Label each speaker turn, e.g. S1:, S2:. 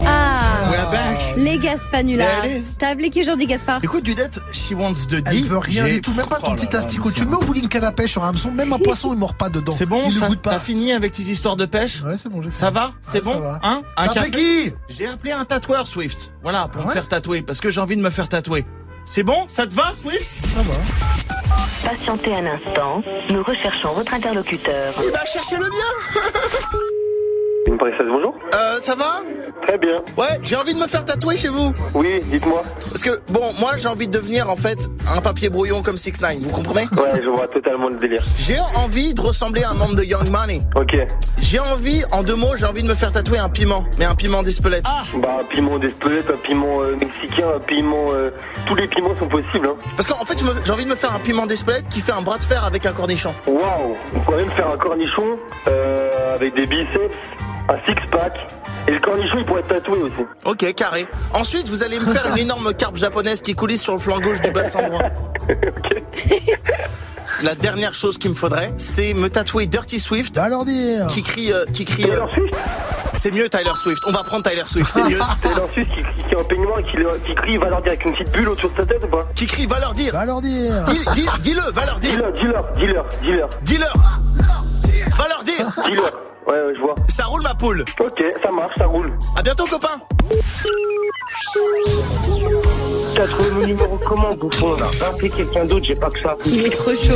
S1: back.
S2: Ah, Les Gaspanulas.
S1: There it is.
S2: T'as appelé qui aujourd'hui, Gaspard
S1: Écoute, Dudette, she wants the D.
S3: Elle veut rien
S1: J'ai-
S3: du tout, même pas ton
S4: Oh là
S3: petit
S4: là,
S3: asticot.
S4: mais
S3: Tu le mets au bout d'une canne à pêche sur un hameçon, même un poisson il mord pas dedans.
S1: C'est bon,
S3: il
S1: ça
S3: le goûte
S1: T'as
S3: pas.
S1: fini avec tes histoires de pêche
S3: Ouais, c'est bon, j'ai
S1: Ça
S3: fini.
S1: va C'est
S3: Ouais, ça
S1: bon
S3: va.
S1: Hein Un
S3: T'as
S1: café
S3: appelé qui
S1: J'ai appelé un tatoueur, Swift. Voilà, pour
S3: Ah
S1: me
S3: ouais
S1: faire tatouer, parce que j'ai envie de me faire tatouer. C'est bon Ça te va, Swift
S3: Ça va.
S5: Patientez un instant, nous recherchons votre interlocuteur.
S1: Il va chercher le bien
S6: Une princesse, bonjour
S1: Euh, ça va
S6: Très bien.
S1: Ouais, j'ai envie de me faire tatouer chez vous.
S6: Oui, dites-moi.
S1: Parce que, bon, moi, j'ai envie de devenir, en fait, un papier brouillon comme 6 9 vous comprenez
S6: Ouais, je vois totalement le délire.
S1: J'ai envie de ressembler à un membre de Young Money.
S6: Ok.
S1: J'ai envie, en deux mots, j'ai envie de me faire tatouer un piment, mais un piment d'Espelette.
S6: Bah, piment d'Espelette, un piment euh, mexicain, un piment. euh, tous les piments sont possibles, hein.
S1: Parce qu'en fait, je me- j'ai envie de me faire un piment d'Espelette qui fait un bras de fer avec un cornichon.
S6: Waouh On pourrait même faire un cornichon euh, avec des biceps, un six-pack. Et le cornichon, il pourrait être tatoué aussi.
S1: Ok, carré. Ensuite, vous allez me faire une énorme carpe japonaise qui coulisse sur le flanc gauche du bassin droit. La dernière chose qu'il me faudrait, c'est me tatouer Dirty Swift
S3: T'as leur dire.
S1: qui crie, euh, qui crie. euh,
S6: Taylor Swift
S1: c'est mieux Tyler Swift. On va prendre Tyler Swift, c'est mieux.
S6: Taylor Swift qui, qui, qui est en peignoir et qui, le- qui crie, il va leur dire avec une petite bulle autour de sa tête ou pas
S1: Qui crie, va leur dire.
S3: Va leur dire.
S1: Dis- dis- Dis-le, va leur dire.
S6: Dealer, dealer, dealer, dealer,
S1: Dis-leur. Va leur dire.
S6: dealer. Ouais, ouais, je vois.
S1: Ça roule ma poule.
S6: Ok, ça marche, ça roule.
S1: À bientôt, copain.
S4: T'as trouvé mon numéro comment, bouffon, là Rappelez quelqu'un d'autre, j'ai pas que ça.
S2: Il est trop chaud.